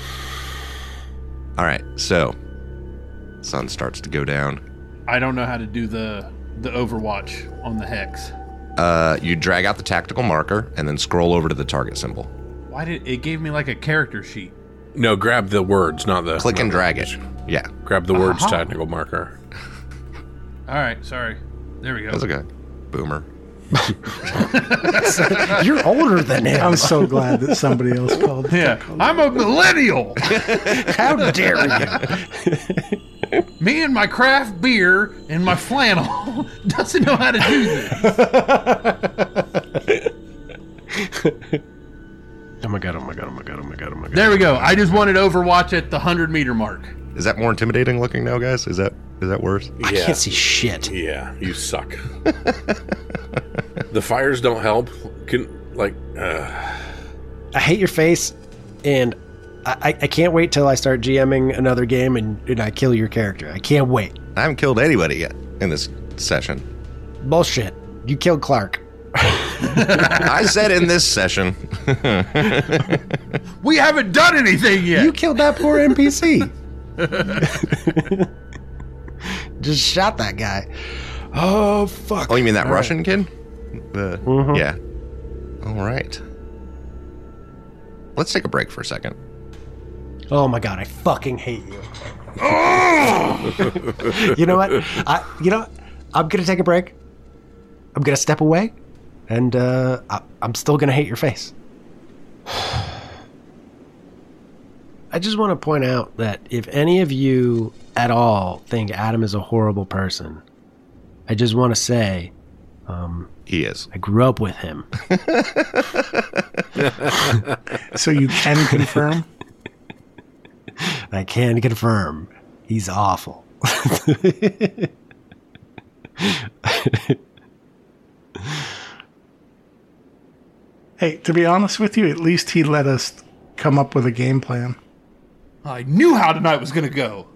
Speaker 1: All right, so sun starts to go down.
Speaker 5: I don't know how to do the the Overwatch on the hex.
Speaker 1: Uh, you drag out the tactical marker and then scroll over to the target symbol.
Speaker 5: Why did it gave me like a character sheet?
Speaker 6: No, grab the words, not the
Speaker 1: Click and
Speaker 6: not the
Speaker 1: drag it. Uh-huh.
Speaker 6: image.
Speaker 1: Yeah,
Speaker 6: Grab the words
Speaker 5: Aha.
Speaker 6: technical marker.
Speaker 5: All right, sorry. There we go.
Speaker 1: that's okay. Boomer.
Speaker 3: You're older than him.
Speaker 2: I'm so glad that somebody else called.
Speaker 5: Yeah, I'm a millennial.
Speaker 3: How dare you?
Speaker 5: me and my craft beer and my flannel doesn't know how to do this.
Speaker 3: Oh my god! Oh my god! Oh my god! Oh my god! Oh my god!
Speaker 5: There we go. I just wanted Overwatch at the hundred meter mark.
Speaker 1: Is that more intimidating looking now, guys? Is that is that worse?
Speaker 3: I
Speaker 6: Yeah.
Speaker 3: can't see shit.
Speaker 6: Yeah, you suck. the fires don't help. Can like uh,
Speaker 3: I hate your face, and I, I- I can't wait till I start GMing another game and, and I kill your character. I can't wait.
Speaker 1: I haven't killed anybody yet in this session.
Speaker 3: Bullshit. You killed Clark.
Speaker 1: I said in this session.
Speaker 5: We haven't done anything yet.
Speaker 3: You killed that poor NPC. Just shot that guy. Oh fuck.
Speaker 1: Oh, you mean that Russian kid? The yeah. All right. Let's take a break for a second.
Speaker 3: Oh my god, I fucking hate you. you know what? I you know what? I'm gonna take a break. I'm gonna step away, and uh, I, I'm still gonna hate your face. I just want to point out that if any of you at all think Adam is a horrible person, I just want to say
Speaker 1: He is.
Speaker 3: I grew up with him.
Speaker 2: So you can confirm.
Speaker 3: I can confirm he's awful.
Speaker 2: Hey, to be honest with you, at least he let us come up with a game plan.
Speaker 5: I knew how tonight was gonna go.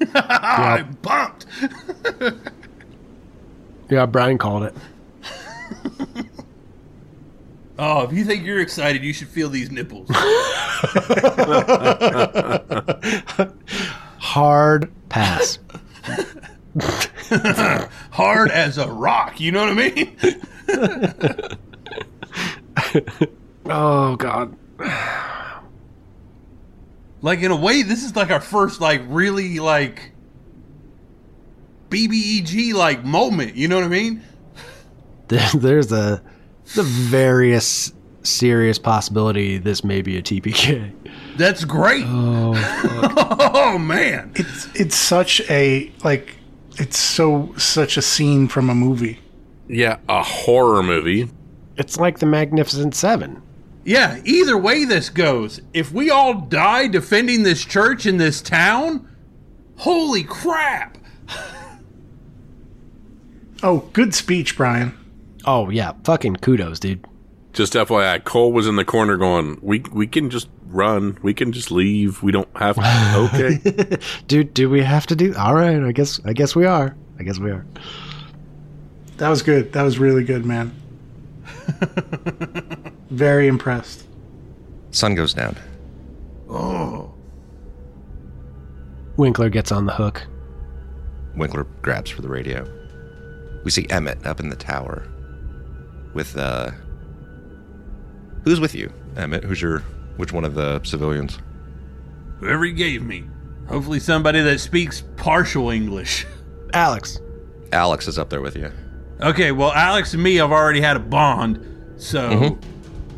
Speaker 5: I bumped.
Speaker 3: Yeah, Brian called it.
Speaker 5: Oh, if you think you're excited, you should feel these nipples.
Speaker 3: Hard pass.
Speaker 5: Hard as a rock, you know what I mean?
Speaker 3: oh god.
Speaker 5: like in a way, this is like our first like really like BBEG like moment, you know what I mean?
Speaker 3: there, there's a the various serious possibility this may be a TPK.
Speaker 5: That's great.
Speaker 3: Oh,
Speaker 5: oh man.
Speaker 2: It's it's such a like it's so such a scene from a movie.
Speaker 6: yeah, a horror movie.
Speaker 3: it's like the Magnificent Seven.
Speaker 5: Yeah, either way this goes, if we all die defending this church in this town, holy crap.
Speaker 2: Oh, good speech, Brian.
Speaker 3: Oh yeah, fucking kudos, dude.
Speaker 6: Just FYI, Cole was in the corner going, "We we can just run. We can just leave. We don't have to." Okay,
Speaker 3: Dude, do we have to do? All right, I guess I guess we are. I guess we are.
Speaker 2: That was good. That was really good, man. Very impressed.
Speaker 1: Sun goes down.
Speaker 5: Oh.
Speaker 3: Winkler gets on the hook.
Speaker 1: Winkler grabs for the radio. We see Emmett up in the tower with uh Who's with you? Emmett, who's your which one of the civilians?
Speaker 5: Whoever he gave me. Hopefully somebody that speaks partial English.
Speaker 3: Alex,
Speaker 1: Alex is up there with you.
Speaker 5: Okay, well Alex and me have already had a bond, so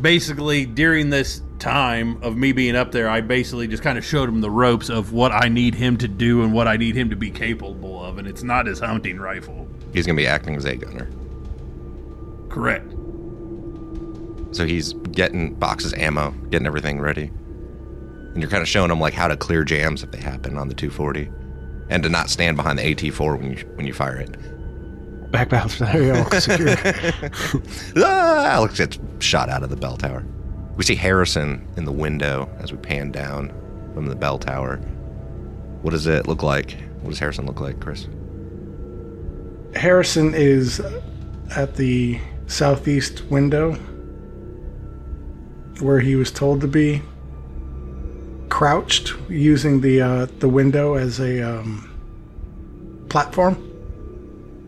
Speaker 5: basically during this time of me being up there, I basically just kind of showed him the ropes of what I need him to do and what I need him to be capable of, and it's not his hunting rifle.
Speaker 1: He's going to be acting as a gunner.
Speaker 5: Correct.
Speaker 1: So he's getting boxes, ammo, getting everything ready. And you're kind of showing him like how to clear jams if they happen on the 240, and to not stand behind the AT4 when you when you fire it.
Speaker 3: Back battle scenario secure.
Speaker 1: Ah, Alex gets shot out of the bell tower. We see Harrison in the window as we pan down from the bell tower. What does it look like? What does Harrison look like, Chris?
Speaker 2: Harrison is at the southeast window where he was told to be, crouched using the uh, the window as a um, platform.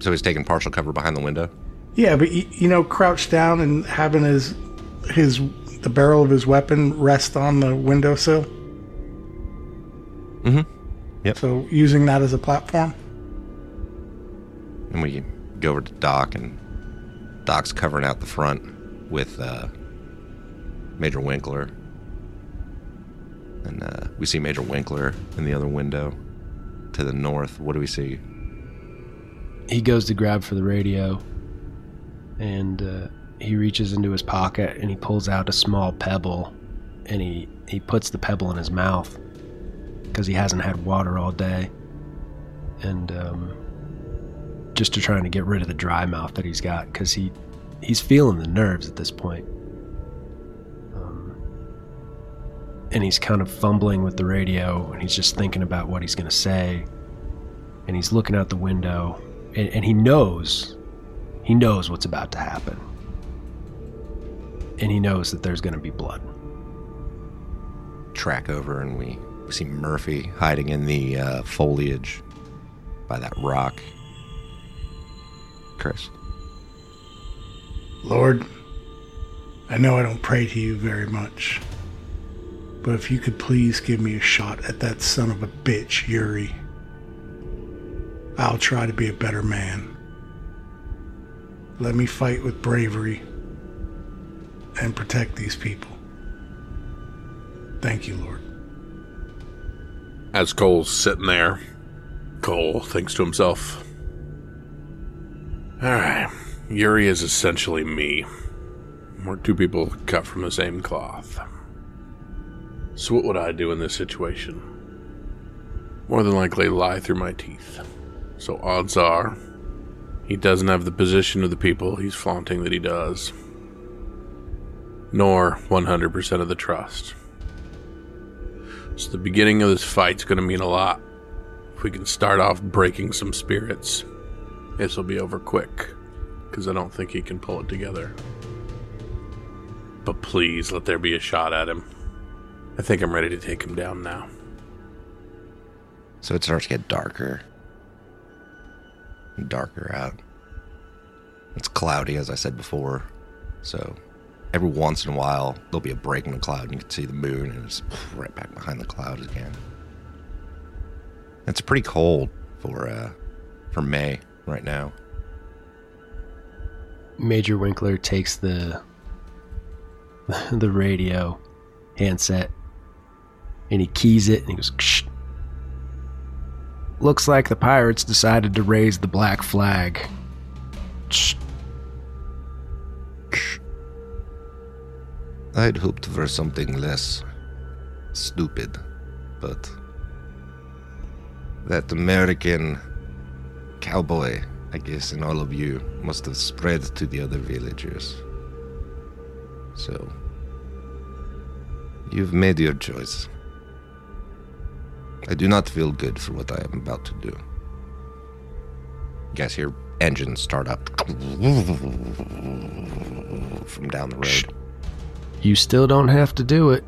Speaker 1: So he's taking partial cover behind the window.
Speaker 2: Yeah, but y- you know, crouched down and having his his the barrel of his weapon rest on the windowsill.
Speaker 1: Mhm. Yep.
Speaker 2: So using that as a platform.
Speaker 1: And we go over to Doc, and Doc's covering out the front with uh, Major Winkler. And uh, we see Major Winkler in the other window to the north. What do we see?
Speaker 3: he goes to grab for the radio and uh, he reaches into his pocket and he pulls out a small pebble and he, he puts the pebble in his mouth because he hasn't had water all day and um, just to trying to get rid of the dry mouth that he's got because he he's feeling the nerves at this point um, and he's kind of fumbling with the radio and he's just thinking about what he's going to say and he's looking out the window and, and he knows he knows what's about to happen and he knows that there's going to be blood
Speaker 1: Track over, and we, we see Murphy hiding in the uh, foliage by that rock. Chris.
Speaker 2: Lord, I know I don't pray to you very much, but if you could please give me a shot at that son of a bitch, Yuri, I'll try to be a better man. Let me fight with bravery and protect these people. Thank you, Lord.
Speaker 6: As Cole's sitting there, Cole thinks to himself, Alright, Yuri is essentially me. We're two people cut from the same cloth. So, what would I do in this situation? More than likely, lie through my teeth. So, odds are, he doesn't have the position of the people he's flaunting that he does, nor 100% of the trust. So the beginning of this fight's gonna mean a lot. If we can start off breaking some spirits, this will be over quick, because I don't think he can pull it together. But please let there be a shot at him. I think I'm ready to take him down now.
Speaker 1: So it starts to get darker. And darker out. It's cloudy, as I said before. So every once in a while, there'll be a break in the cloud, and you can see the moon, and it's right back behind the cloud again. It's pretty cold for uh, for May right now.
Speaker 3: major winkler takes the the radio handset and he keys it and he goes Ksh. looks like the pirates decided to raise the black flag Ksh.
Speaker 1: I'd hoped for something less stupid, but that American cowboy, I guess, in all of you must have spread to the other villagers. So, you've made your choice. I do not feel good for what I am about to do. You guys hear engines start up from down the road.
Speaker 3: you still don't have to do it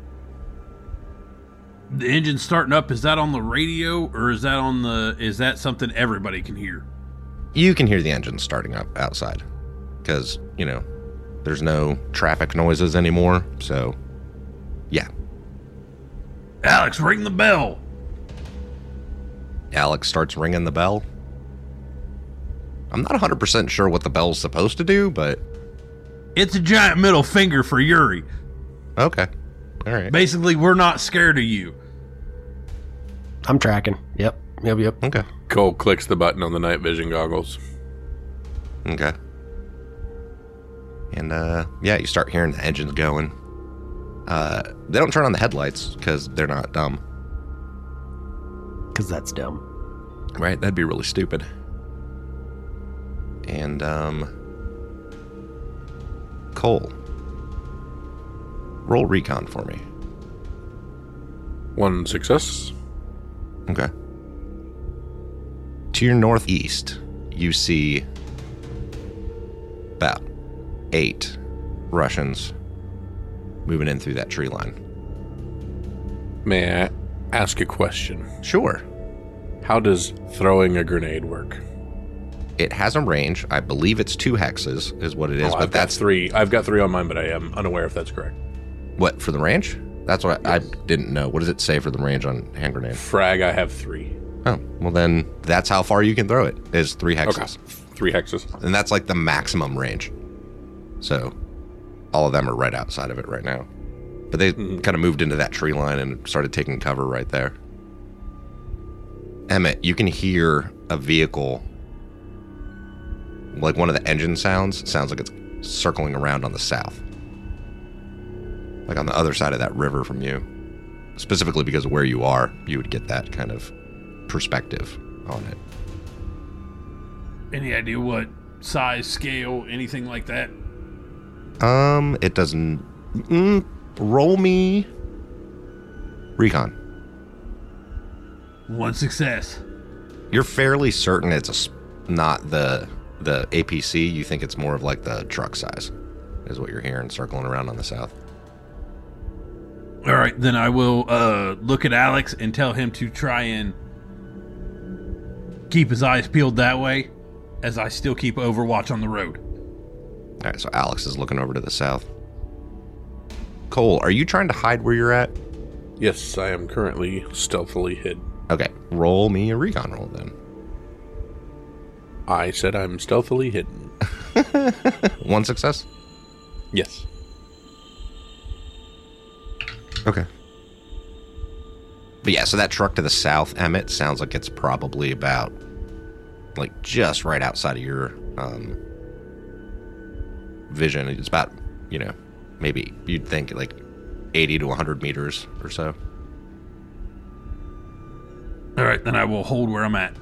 Speaker 5: The engine starting up, is that on the radio or is that on the is that something everybody can hear?
Speaker 1: you can hear the engines starting up outside because you know there's no traffic noises anymore so yeah
Speaker 5: Alex, ring the bell.
Speaker 1: alex starts ringing the bell i'm not 100% sure what the bell's supposed to do but
Speaker 5: It's a giant middle finger for Yuri.
Speaker 1: okay All right.
Speaker 5: Basically, we're not scared of you.
Speaker 3: I'm tracking. Yep. Yep. Yep.
Speaker 1: Okay.
Speaker 6: Cole clicks the button on the night vision goggles.
Speaker 1: Okay. And uh, yeah, you start hearing the engines going. Uh, they don't turn on the headlights because they're not dumb.
Speaker 3: Because that's dumb.
Speaker 1: Right? That'd be really stupid. And, um, Cole, roll recon for me.
Speaker 6: One success.
Speaker 1: Okay. To your northeast, you see about eight Russians moving in through that tree line.
Speaker 6: May I ask a question?
Speaker 1: Sure.
Speaker 6: How does throwing a grenade work?
Speaker 1: It has a range. I believe it's two hexes, is what it is.
Speaker 6: Oh,
Speaker 1: but
Speaker 6: I've
Speaker 1: that's
Speaker 6: got three. I've got three on mine, but I am unaware if that's correct.
Speaker 1: What for the range? That's what I, I didn't know. What does it say for the range on hand grenade?
Speaker 6: Frag, I have three.
Speaker 1: Oh, well then that's how far you can throw it is three
Speaker 6: Okay,
Speaker 1: hexes,
Speaker 6: three hexes.
Speaker 1: and that's like the maximum range. So, all of them are right outside of it right now, but they
Speaker 6: Mhm.
Speaker 1: kind of moved into that tree line and started taking cover right there. Emmett, you can hear a vehicle, like one of the engine sounds. it sounds like it's circling around on the south, like on the other side of that river from you. Specifically because of where you are, you would get that kind of perspective on it.
Speaker 5: Any idea what size, scale, anything like that?
Speaker 1: Um, it doesn't. Mm, roll me. Recon.
Speaker 5: One success.
Speaker 1: You're fairly certain it's a, sp- not the the APC. You think it's more of like the truck size, is what you're hearing circling around on the south.
Speaker 5: All right, then I will uh, look at Alex and tell him to try and keep his eyes peeled that way, as I still keep Overwatch on the road.
Speaker 1: All right, so Alex is looking over to the south. Cole, are you trying to hide where you're at?
Speaker 6: Yes, I am currently stealthily hid.
Speaker 1: Okay, roll me a recon roll then.
Speaker 6: I said I'm stealthily hidden.
Speaker 1: One success.
Speaker 6: Yes.
Speaker 1: Okay. But yeah, so that truck to the south, Emmett, sounds like it's probably about like just right outside of your um, vision. It's about, you know, maybe you'd think like 80 to 100 meters or so.
Speaker 5: All right, then I will hold where I'm at.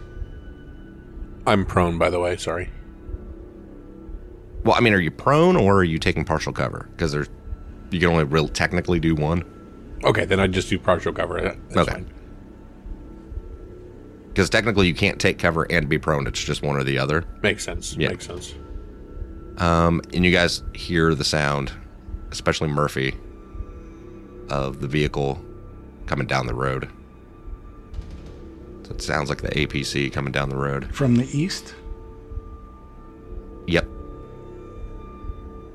Speaker 6: I'm prone, by the way. Sorry.
Speaker 1: Well, I mean, are you prone or are you taking partial cover? Because there's you can only real technically do one.
Speaker 6: Okay, then I just do partial cover. That- That's
Speaker 1: Okay.
Speaker 6: fine.
Speaker 1: Because technically you can't take cover and be prone. It's just one or the other.
Speaker 6: Makes sense.
Speaker 1: Yeah.
Speaker 6: Makes sense.
Speaker 1: Um, and you guys hear the sound, especially Murphy, of the vehicle coming down the road. So it sounds like the APC coming down the road.
Speaker 2: From the east?
Speaker 1: Yep.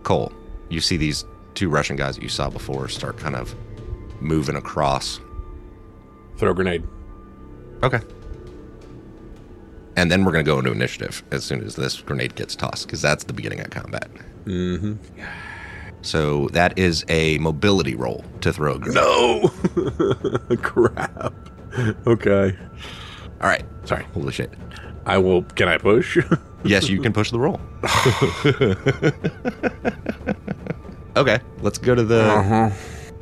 Speaker 1: Cole, you see these two Russian guys that you saw before start kind of moving across.
Speaker 6: Throw grenade.
Speaker 1: Okay. And then we're going to go into initiative as soon as this grenade gets tossed, because that's the beginning of combat.
Speaker 6: Mm-hmm.
Speaker 1: So that is a mobility roll to throw a grenade.
Speaker 6: No. Oh, Crap. Okay.
Speaker 1: All right.
Speaker 6: Sorry.
Speaker 1: Holy shit.
Speaker 6: I will. Can I push?
Speaker 1: Yes, you can push the roll. okay, let's go to the.
Speaker 6: huh.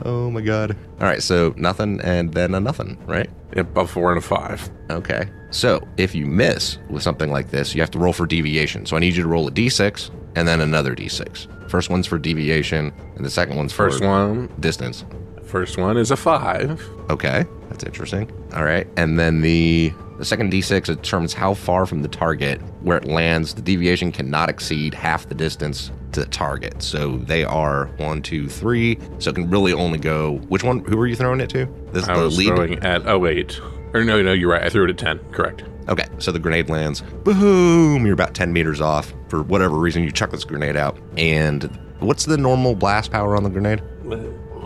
Speaker 1: Oh my god. All right, so nothing and then a nothing, right?
Speaker 6: Yep, a four and a five.
Speaker 1: Okay. So if you miss with something like this, you have to roll for deviation. So I need you to roll a d6 and then another d6. First one's for deviation, and the second one's for
Speaker 6: First one.
Speaker 1: distance.
Speaker 6: First one is a five.
Speaker 1: Okay, that's interesting. All right, and then the the second d6 determines how far from the target where it lands. The deviation cannot exceed half the distance to the target. So they are one, two, three. So it can really only go. Which one? Who are you throwing it to? This is
Speaker 6: I
Speaker 1: the
Speaker 6: was
Speaker 1: lead.
Speaker 6: throwing at oh eight. Or no, no, you're right. I threw it at ten. Correct.
Speaker 1: Okay, so the grenade lands. Boom! You're about ten meters off. For whatever reason, you chuck this grenade out. And what's the normal blast power on the grenade?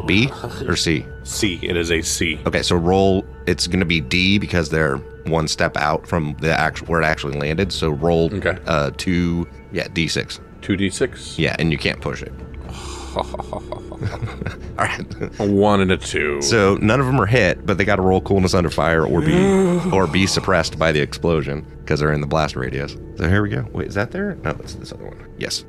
Speaker 1: B or C?
Speaker 6: C. It is a C.
Speaker 1: Okay, so roll. It's going to be D because they're one step out from the actual where it actually landed. So roll
Speaker 6: Okay.
Speaker 1: uh, two, yeah, D six.
Speaker 6: Two D six.
Speaker 1: Yeah, and you can't push it. All right.
Speaker 6: A one and a two.
Speaker 1: So none of them are hit, but they got to roll coolness under fire or be or be suppressed by the explosion because they're in the blast radius. So here we go. Wait, is that there? No, that's this other one. Yes.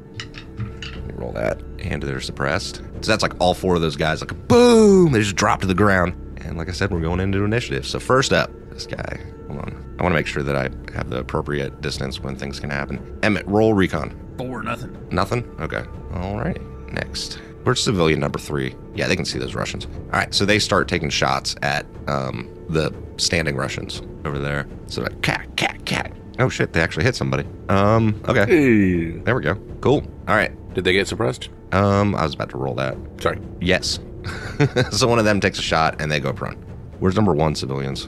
Speaker 1: Let me roll that, and they're suppressed. So that's like all four of those guys. Like boom, they just drop to the ground. And like I said, we're going into initiative. So first up, this guy. Hold on. I want to make sure that I have the appropriate distance when things can happen. Emmett, roll recon.
Speaker 5: Four, nothing.
Speaker 1: Nothing? Okay. Alrighty. Next. We're civilian number three. Yeah, they can see those Russians. Alright, so they start taking shots at um, the standing Russians over there. So like cat, cat, cat. Oh shit, they actually hit somebody. Um, okay.
Speaker 6: Hey.
Speaker 1: There we go. Cool. Alright.
Speaker 6: Did they get suppressed?
Speaker 1: Um, I was about to roll that.
Speaker 6: Sorry.
Speaker 1: Yes. so one of them takes a shot and they go prone. Where's number one civilians?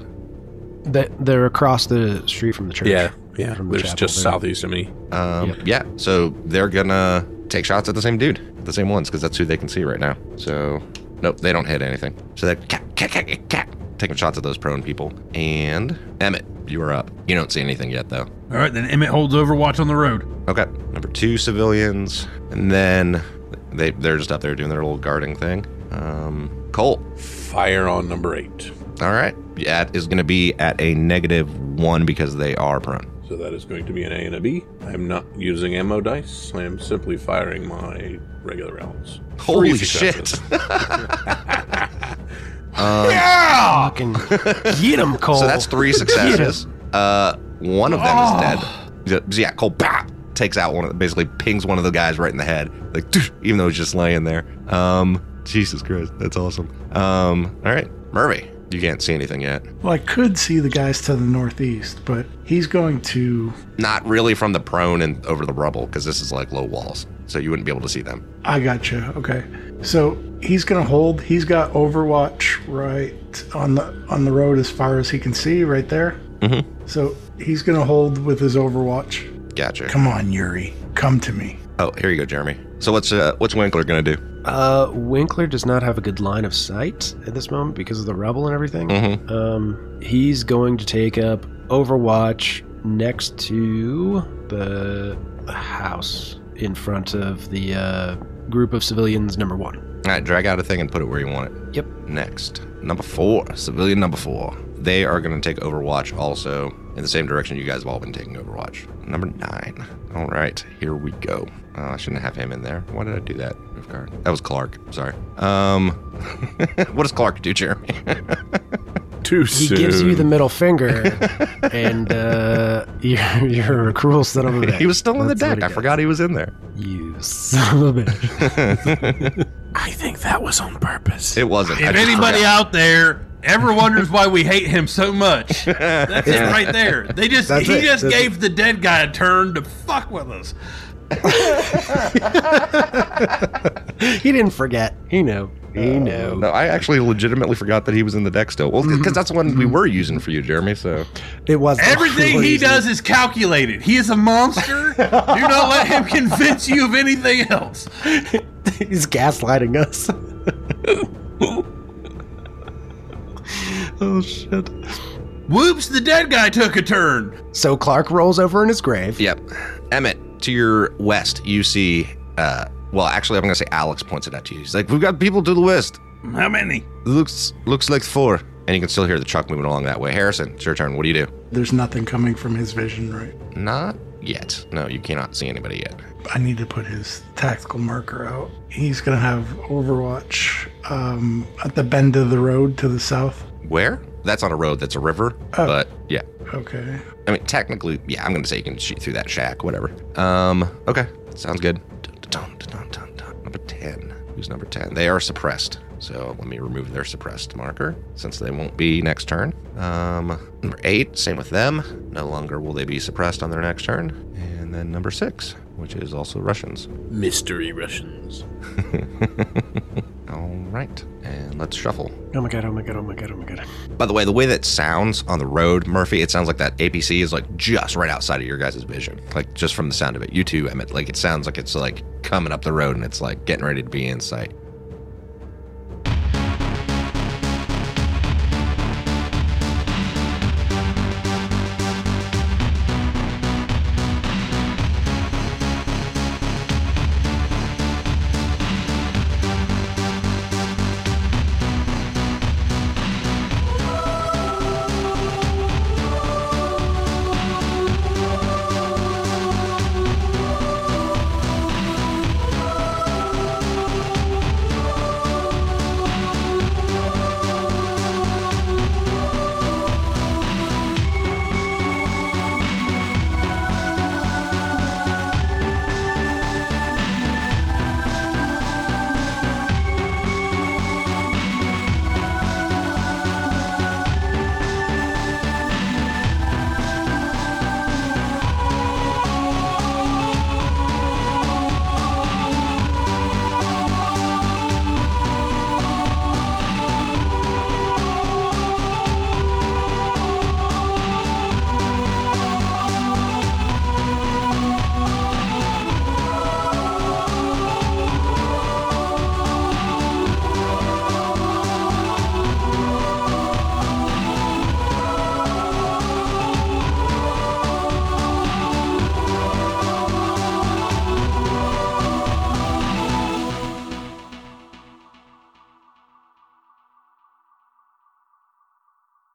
Speaker 3: They, they're across the street from the church.
Speaker 6: Yeah. Yeah.
Speaker 3: From the
Speaker 6: There's
Speaker 3: chapel
Speaker 6: just
Speaker 3: there.
Speaker 6: southeast of me.
Speaker 1: Um,
Speaker 3: Yep.
Speaker 1: Yeah, so they're gonna take shots at the same dude, the same ones, because that's who they can see right now. So, nope, they don't hit anything. So they're cat, cat, cat, cat, cat, taking shots at those prone people. And Emmett, you are up. You don't see anything yet, though.
Speaker 5: All right, then Emmett holds overwatch on the road.
Speaker 1: Okay, number two civilians, and then they they're just up there doing their little guarding thing. Um, Colt,
Speaker 6: Fire on number eight.
Speaker 1: all right, that is gonna be at a negative one because they are prone.
Speaker 6: So that is going to be an A and a B. I'm not using ammo dice. I am simply firing my regular rounds.
Speaker 1: Holy
Speaker 6: Three
Speaker 1: shit!
Speaker 6: successes.
Speaker 3: Fucking get him, Cole.
Speaker 1: So that's three successes. uh, one of them is dead. Yeah, yeah, Cole bah, takes out one of the, basically pings one of the guys right in the head. Like, "Toosh," even though he's just laying there. Um, Jesus Christ, that's awesome. Um, all right, Murphy, you can't see anything yet.
Speaker 2: Well, I could see the guys to the northeast, but he's going to.
Speaker 1: Not really from the prone and over the rubble because this is like low walls, so you wouldn't be able to see them.
Speaker 2: I gotcha. Okay, so he's going to hold. He's got Overwatch right on the on the road as far as he can see, right there. Mm-hmm. So he's going to hold with his Overwatch.
Speaker 1: Gotcha.
Speaker 2: Come on, Yuri, come to me.
Speaker 1: Oh, here you go, Jeremy. So what's uh, what's Winkler gonna do?
Speaker 3: Uh, Winkler does not have a good line of sight at this moment because of the rubble and everything.
Speaker 1: Mm-hmm.
Speaker 3: Um, he's going to take up Overwatch next to the house in front of the uh, group of civilians number one.
Speaker 1: All right, drag out a thing and put it where you want it.
Speaker 3: Yep.
Speaker 1: Next, number four, civilian number four. They are going to take Overwatch also in the same direction you guys have all been taking Overwatch. Number nine. All right, here we go. Oh, I shouldn't have him in there. Why did I do that? Move card. That was Clark. Sorry. Um, what does Clark do, Jeremy?
Speaker 6: Too
Speaker 3: He
Speaker 6: soon.
Speaker 3: gives you the middle finger, and uh, you're, you're a cruel son of a bitch.
Speaker 1: he was still on the
Speaker 3: That's what
Speaker 1: deck.
Speaker 3: he
Speaker 1: I
Speaker 3: does.
Speaker 1: forgot he was in there.
Speaker 3: You son of a bitch.
Speaker 6: I think that was on purpose.
Speaker 1: It wasn't. I
Speaker 5: If
Speaker 1: just
Speaker 5: anybody
Speaker 1: forgot.
Speaker 5: out there ever wonders why we hate him so much, that's it right there. They just
Speaker 3: That's
Speaker 5: he
Speaker 3: it.
Speaker 5: just
Speaker 3: That's
Speaker 5: gave the dead guy a turn to fuck with us.
Speaker 3: He didn't forget. He knew. Uh, He knew.
Speaker 1: No, I actually legitimately forgot that he was in the deck still. Well, because that's the one we were using for you, Jeremy. So
Speaker 3: It was
Speaker 5: Everything he does is calculated. He is a monster. Do not let him convince you of anything else.
Speaker 3: He's gaslighting us. oh shit.
Speaker 5: Whoops, the dead guy took a turn.
Speaker 3: So Clark rolls over in his grave.
Speaker 1: Yep. Emmett, to your west, you see. Uh, well, actually, I'm gonna say Alex points it out to you. He's like, "We've got people to the west.
Speaker 5: How many?
Speaker 1: Looks looks like four." And you can still hear the truck moving along that way. Harrison, it's your turn. What do you do?
Speaker 2: There's nothing coming from his vision, right?
Speaker 1: Not yet. No, you cannot see anybody yet.
Speaker 2: I need to put his tactical marker out. He's gonna have Overwatch um, at the bend of the road to the south.
Speaker 1: Where? That's on a road. That's a river.
Speaker 2: Oh.
Speaker 1: But yeah,
Speaker 2: Okay.
Speaker 1: I mean, technically, yeah. I'm gonna say you can shoot through that shack. Whatever. Um. Okay. Sounds good. Dun, dun, dun, dun, dun. Number ten. Who's number ten? They are suppressed. So let me remove their suppressed marker since they won't be next turn. Um, number eight, same with them. No longer will they be suppressed on their next turn. And then number six, which is also Russians.
Speaker 6: Mystery Russians.
Speaker 1: All right, and let's shuffle.
Speaker 3: Oh my god, oh my god, oh my god, oh my god.
Speaker 1: By the way, the way that sounds on the road, Murphy, it sounds like that APC is like just right outside of your guys' vision. Like just from the sound of it. You too, Emmett. Like it sounds like it's like coming up the road and it's like getting ready to be in sight.